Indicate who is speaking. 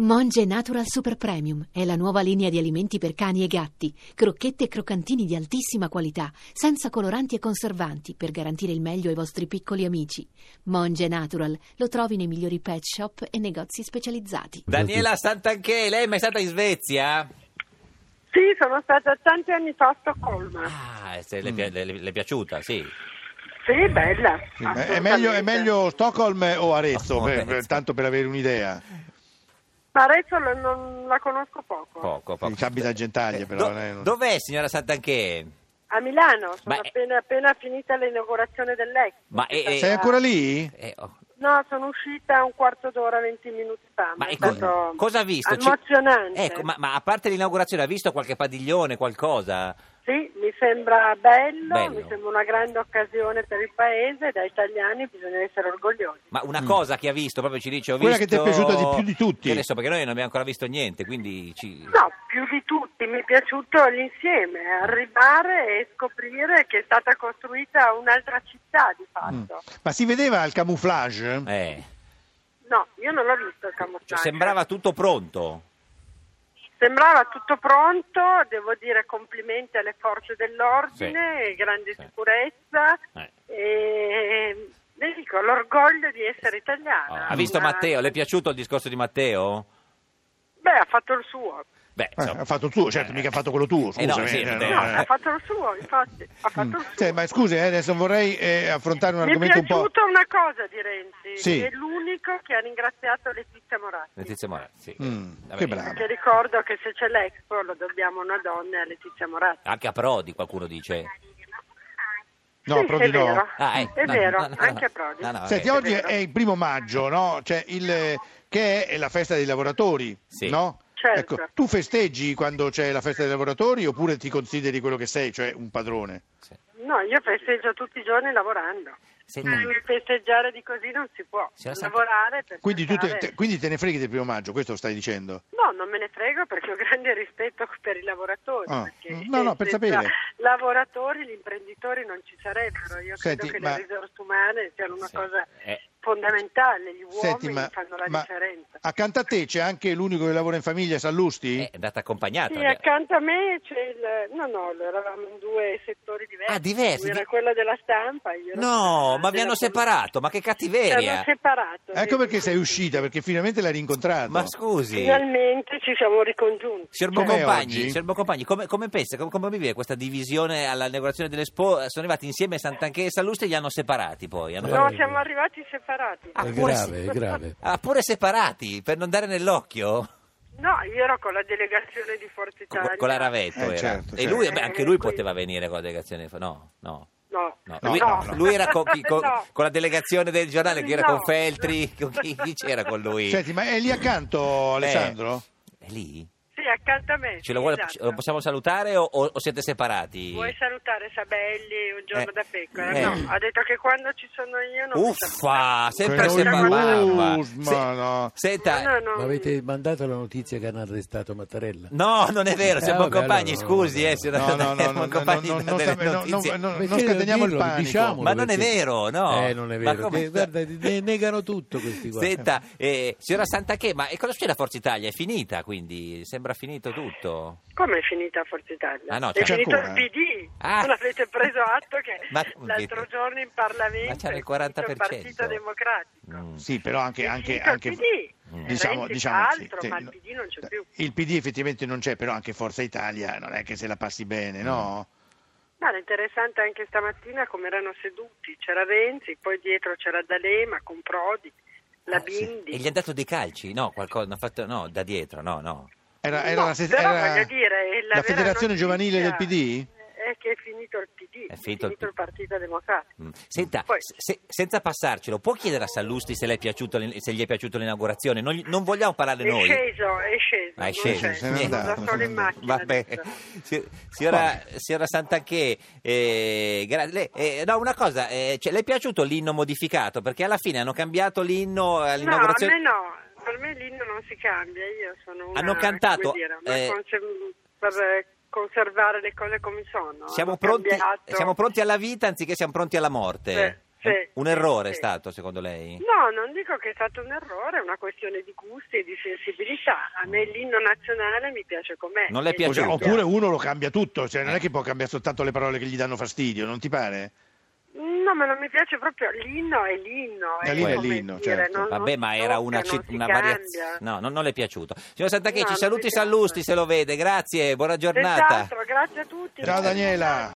Speaker 1: Monge Natural Super Premium è la nuova linea di alimenti per cani e gatti, crocchette e croccantini di altissima qualità, senza coloranti e conservanti, per garantire il meglio ai vostri piccoli amici. Monge Natural lo trovi nei migliori pet shop e negozi specializzati.
Speaker 2: Daniela Santanchè, lei è mai stata in Svezia?
Speaker 3: Sì, sono stata tanti anni fa a Stoccolma.
Speaker 2: Ah, se le, pi- le- le- le è piaciuta, sì.
Speaker 3: Sì, bella.
Speaker 4: Sì, ma Eh, È meglio, è
Speaker 3: assolutamente.
Speaker 4: meglio Stockholm o Arezzo,
Speaker 2: Oh,
Speaker 4: per-
Speaker 2: Arezzo.
Speaker 4: per- tanto per avere un'idea.
Speaker 3: Ma Arezzo lo- non la conosco poco.
Speaker 2: Poco, poco. Eh,
Speaker 4: Ci abita a Gentaglia, però.
Speaker 2: Do-
Speaker 4: lei non-
Speaker 2: Dov'è, signora Santanchè?
Speaker 3: A Milano, sono
Speaker 2: Ma-
Speaker 3: appena, appena finita l'inaugurazione dell'ex.
Speaker 2: eh. Ma eh, è- è-
Speaker 4: Sei ancora lì?
Speaker 2: Eh, oh.
Speaker 3: No, sono uscita un quarto d'ora, 20 minuti fa.
Speaker 2: Ma
Speaker 3: è
Speaker 2: è co-
Speaker 3: stato
Speaker 2: cosa ha visto? Ci-
Speaker 3: Emozionante.
Speaker 2: Ecco, ma, ma a parte l'inaugurazione, ha visto qualche padiglione, qualcosa?
Speaker 3: Sì, mi sembra bello,
Speaker 2: Bello.
Speaker 3: mi sembra una grande occasione per il paese, da italiani bisogna essere orgogliosi.
Speaker 2: Ma una cosa che ha visto, proprio ci dice, ho
Speaker 4: Mm. Quella
Speaker 2: visto...
Speaker 4: che ti è piaciuta di più di tutti.
Speaker 2: Che ne so, perché noi non abbiamo ancora visto niente, quindi ci...
Speaker 3: No, più di tutti mi è piaciuto l'insieme, arrivare e scoprire che è stata costruita un'altra città di fatto.
Speaker 4: Mm. Ma si vedeva il camouflage?
Speaker 2: Eh,
Speaker 3: No, io non l'ho visto il
Speaker 2: cioè,
Speaker 3: camouflage.
Speaker 2: sembrava tutto pronto.
Speaker 3: Sembrava tutto pronto, devo dire complimenti alle forze dell'ordine,
Speaker 2: Sì.
Speaker 3: grande
Speaker 2: Sì.
Speaker 3: sicurezza
Speaker 2: Eh.
Speaker 3: e le dico l'orgoglio di essere italiana.
Speaker 2: ha visto
Speaker 3: Una-
Speaker 2: Matteo? Le è piaciuto il discorso di Matteo?
Speaker 3: Beh, ha fatto il suo.
Speaker 2: Beh,
Speaker 4: Eh,
Speaker 2: insomma,
Speaker 4: ha fatto il suo, certo, mica ha fatto quello tuo,
Speaker 2: Eh Cioè, no,
Speaker 4: scusami.
Speaker 2: sì,
Speaker 4: eh,
Speaker 2: vabbè.
Speaker 4: no,
Speaker 3: No,
Speaker 4: eh.
Speaker 3: ha fatto il suo, infatti, ha fatto il suo.
Speaker 4: Sì, ma scusi, eh, adesso vorrei eh, affrontare un
Speaker 3: Mi è
Speaker 4: argomento un po'...
Speaker 3: piaciuta una cosa di Renzi,
Speaker 4: Sì.
Speaker 3: è l'unico che ha ringraziato Letizia Moratti.
Speaker 2: Letizia Moratti, sì.
Speaker 4: Mm,
Speaker 2: Vabbè,
Speaker 4: che brava.
Speaker 3: Perché ricordo che se c'è l'Expo lo dobbiamo a una donna e a Letizia Moratti.
Speaker 2: Anche a Prodi qualcuno dice.
Speaker 4: No,
Speaker 3: Sì,
Speaker 4: Prodi
Speaker 3: è
Speaker 4: no.
Speaker 3: vero.
Speaker 2: Ah, eh,
Speaker 3: È
Speaker 2: no,
Speaker 3: vero,
Speaker 2: no, no, no.
Speaker 3: anche a Prodi.
Speaker 2: No, no, vabbè.
Speaker 4: Senti,
Speaker 3: è
Speaker 4: oggi
Speaker 3: vero.
Speaker 4: è il primo maggio, no? Cioè, il- che è la festa dei lavoratori,
Speaker 2: Sì.
Speaker 4: no?
Speaker 3: Certo.
Speaker 4: Ecco, tu festeggi quando c'è la festa dei lavoratori oppure ti consideri quello che sei, cioè un padrone?
Speaker 2: Sì.
Speaker 3: No, io festeggio tutti i giorni lavorando.
Speaker 2: Senti,
Speaker 3: Eh, Festeggiare di così non si può.
Speaker 2: Signora Santi-
Speaker 3: Lavorare per
Speaker 4: Quindi tu te,
Speaker 3: cercare-
Speaker 4: te- quindi te ne freghi del primo maggio, questo stai dicendo?
Speaker 3: No, non me ne frego perché ho grande rispetto per i lavoratori.
Speaker 4: Ah,
Speaker 3: perché
Speaker 4: no, no, per
Speaker 3: senza
Speaker 4: sapere.
Speaker 3: Lavoratori, gli imprenditori non ci sarebbero. Io
Speaker 4: Senti,
Speaker 3: credo che
Speaker 4: ma-
Speaker 3: le risorse umane siano una
Speaker 2: Sì.
Speaker 3: cosa
Speaker 2: Eh.
Speaker 3: fondamentale. Gli uomini
Speaker 4: Senti, ma,
Speaker 3: fanno la
Speaker 4: ma
Speaker 3: differenza.
Speaker 4: accanto a te c'è anche l'unico che lavora in famiglia, Sallusti?
Speaker 2: eh, è andata
Speaker 4: Ah,
Speaker 2: accompagnata.
Speaker 3: Sì, accanto a me c'è il... No, no, eravamo in due settori diversi.
Speaker 2: Ah, diversi,
Speaker 3: Lui era
Speaker 2: di-
Speaker 3: quello della stampa. Io
Speaker 2: No,
Speaker 3: ero della-
Speaker 2: ma vi
Speaker 3: della
Speaker 2: hanno
Speaker 3: politica.
Speaker 2: separato, ma che
Speaker 3: Ci
Speaker 2: cattiveria!
Speaker 3: hanno separato.
Speaker 4: Ecco
Speaker 3: sì,
Speaker 4: perché
Speaker 3: sì,
Speaker 4: sei
Speaker 3: sì.
Speaker 4: uscita, perché finalmente l'hai rincontrato.
Speaker 2: Ma scusi,
Speaker 3: Finalmente ci siamo ricongiunti.
Speaker 2: signor
Speaker 4: Com'è
Speaker 2: Boncompagni,
Speaker 4: oggi?
Speaker 2: signor Boncompagni, come, come pensa, come, come vive questa divisione all'inaugurazione dell'Expo? Sono arrivati insieme Sant'Anche e Sallusti e li hanno separati poi. hanno
Speaker 3: No,
Speaker 2: fatto-
Speaker 3: siamo arrivati separati.
Speaker 2: Ah,
Speaker 5: È
Speaker 2: pure
Speaker 5: grave, è grave.
Speaker 2: Ah, pure separati, per non dare nell'occhio?
Speaker 3: No, io ero con la delegazione di Forza
Speaker 2: Con,
Speaker 3: Italia.
Speaker 2: con la Ravetto
Speaker 4: Eh,
Speaker 2: era.
Speaker 4: certo,
Speaker 2: E
Speaker 4: certo.
Speaker 2: lui, beh, anche lui
Speaker 3: Eh, quindi-
Speaker 2: poteva venire con la delegazione. No, no.
Speaker 3: No,
Speaker 2: No,
Speaker 4: No,
Speaker 2: lui,
Speaker 4: no,
Speaker 2: lui era con, chi- con-
Speaker 3: No.
Speaker 2: con la delegazione del giornale, chi era
Speaker 3: No.
Speaker 2: con Feltri, con chi, chi c'era con lui?
Speaker 4: Senti, ma è lì accanto Alessandro?
Speaker 2: Eh, è lì?
Speaker 3: Sì, accanto a me.
Speaker 2: Ce lo, vuole-
Speaker 3: esatto.
Speaker 2: ce lo possiamo salutare o, o- o siete separati?
Speaker 3: Vuoi salutare Sabelli un giorno
Speaker 2: Eh,
Speaker 3: da pecora?
Speaker 2: eh.
Speaker 3: No, ha detto che quando ci sono io non mi
Speaker 2: Uffa, sempre
Speaker 4: Che
Speaker 2: separati.
Speaker 4: noioso,
Speaker 2: Mamma.
Speaker 4: ma no.
Speaker 2: Senta,
Speaker 3: No, no, no.
Speaker 5: Ma avete mandato la notizia che hanno arrestato Mattarella?
Speaker 2: no, non è vero, siamo
Speaker 5: Eh, vabbè,
Speaker 2: compagni,
Speaker 5: allora no,
Speaker 2: scusi,
Speaker 5: no,
Speaker 2: eh,
Speaker 5: no.
Speaker 2: signora-
Speaker 4: No, no, no, no, no,
Speaker 2: compagni
Speaker 4: no, no,
Speaker 2: dà
Speaker 4: non
Speaker 2: delle
Speaker 4: sa- no, no,
Speaker 2: notizie.
Speaker 4: no, no, non
Speaker 5: Perché
Speaker 4: scateniamo il
Speaker 5: dirlo,
Speaker 4: panico.
Speaker 5: diciamolo,
Speaker 2: diciamo. Ma non è
Speaker 5: perché-
Speaker 2: vero, no.
Speaker 5: Eh, non è
Speaker 2: Ma
Speaker 5: vero.
Speaker 2: come
Speaker 5: Che-
Speaker 2: sta-
Speaker 5: guarda, ne- negano tutto questi qua.
Speaker 2: Senta, eh, signora Santaché, ma e cosa succede a Forza Italia? È finita, quindi sembra finito tutto.
Speaker 3: Come è finita Forza Italia?
Speaker 2: Ah, no,
Speaker 3: è
Speaker 2: c'è
Speaker 3: finito
Speaker 4: ancora.
Speaker 3: il PD.
Speaker 2: Ah.
Speaker 3: Non avete preso atto che
Speaker 2: Ma-
Speaker 3: l'altro giorno in Parlamento
Speaker 2: Ma c'era il
Speaker 3: è finito
Speaker 2: 40%.
Speaker 3: il Partito Democratico.
Speaker 2: Mm.
Speaker 4: Sì, però anche...
Speaker 3: È
Speaker 4: anche,
Speaker 3: finito il
Speaker 4: anche
Speaker 3: PD.
Speaker 4: Mm.
Speaker 3: Renzi fa altro, ma il PD non c'è più.
Speaker 4: Il PD effettivamente non c'è, però anche Forza Italia non è che se la passi
Speaker 5: Mm.
Speaker 4: bene, no?
Speaker 3: Ma era interessante anche stamattina come erano seduti. C'era Renzi, poi dietro c'era D'Alema con Prodi, la
Speaker 2: Ah, sì.
Speaker 3: Bindi.
Speaker 2: E gli ha dato dei calci? No, qualcosa, hanno fatto, no, da dietro, no, no.
Speaker 4: Era, era
Speaker 3: No,
Speaker 4: la, se-
Speaker 3: però
Speaker 4: era
Speaker 3: voglio dire, la vera
Speaker 4: la federazione
Speaker 3: notizia
Speaker 4: giovanile del PD?
Speaker 3: È che è finito il PD,
Speaker 2: È finito il P-
Speaker 3: il Partito Democratico.
Speaker 2: Mm. Senta,
Speaker 3: Poi-
Speaker 2: se- senza passarcelo, può chiedere a Sallusti se, le è piaciuto l'in- se gli è piaciuta l'inaugurazione? Non, gli- non vogliamo
Speaker 3: È
Speaker 2: parlarne noi.
Speaker 3: sceso, è sceso.
Speaker 2: Ah, è
Speaker 3: non
Speaker 2: sceso,
Speaker 3: c'è,
Speaker 4: se n'è
Speaker 3: sono
Speaker 4: andato,
Speaker 3: da solo in
Speaker 4: se n'è andato.
Speaker 3: macchina.
Speaker 2: Vabbè.
Speaker 3: adesso.
Speaker 2: Si- Signora, signora Santanchè, eh, gra- lei- eh, no, una cosa, eh, cioè, le è piaciuto l'inno modificato? Perché alla fine hanno cambiato l'inno
Speaker 3: No, a
Speaker 2: all'inaugurazione.
Speaker 3: me no, per me l'inno non si cambia, io sono una,
Speaker 2: Hanno cantato,
Speaker 3: come dire, una
Speaker 2: eh,
Speaker 3: conse- per conservare le cose come sono.
Speaker 2: siamo,
Speaker 3: hanno
Speaker 2: pronti,
Speaker 3: cambiato.
Speaker 2: siamo pronti alla vita anziché siamo pronti alla morte.
Speaker 3: Eh, Sì,
Speaker 2: un
Speaker 3: sì,
Speaker 2: errore è
Speaker 3: sì.
Speaker 2: stato secondo lei?
Speaker 3: No, non dico che è stato un errore, è una questione di gusti e di sensibilità. A me l'inno nazionale mi piace com'è.
Speaker 2: Non le è
Speaker 3: E-
Speaker 2: piaciuto?
Speaker 4: Cioè, oppure uno lo cambia tutto, cioè non
Speaker 2: Eh.
Speaker 4: è che può cambiare soltanto le parole che gli danno fastidio, non ti pare?
Speaker 3: No, ma non mi piace proprio. L'inno è l'inno.
Speaker 4: Eh, l'inno è
Speaker 3: come
Speaker 4: l'inno,
Speaker 3: dire,
Speaker 4: certo.
Speaker 3: non-
Speaker 2: Vabbè,
Speaker 3: non
Speaker 2: ma
Speaker 3: si
Speaker 2: era
Speaker 3: tocca,
Speaker 2: una,
Speaker 3: non
Speaker 2: cit-
Speaker 3: si
Speaker 2: una
Speaker 3: cambia.
Speaker 2: variazione. No, non, non le è piaciuto. Signor Sant'Anchè, ci
Speaker 3: No, non Esatto. mi
Speaker 2: saluti
Speaker 3: piace.
Speaker 2: Sallusti se lo vede, grazie, buona giornata.
Speaker 3: Senz'altro, grazie a tutti.
Speaker 4: Ciao Daniela!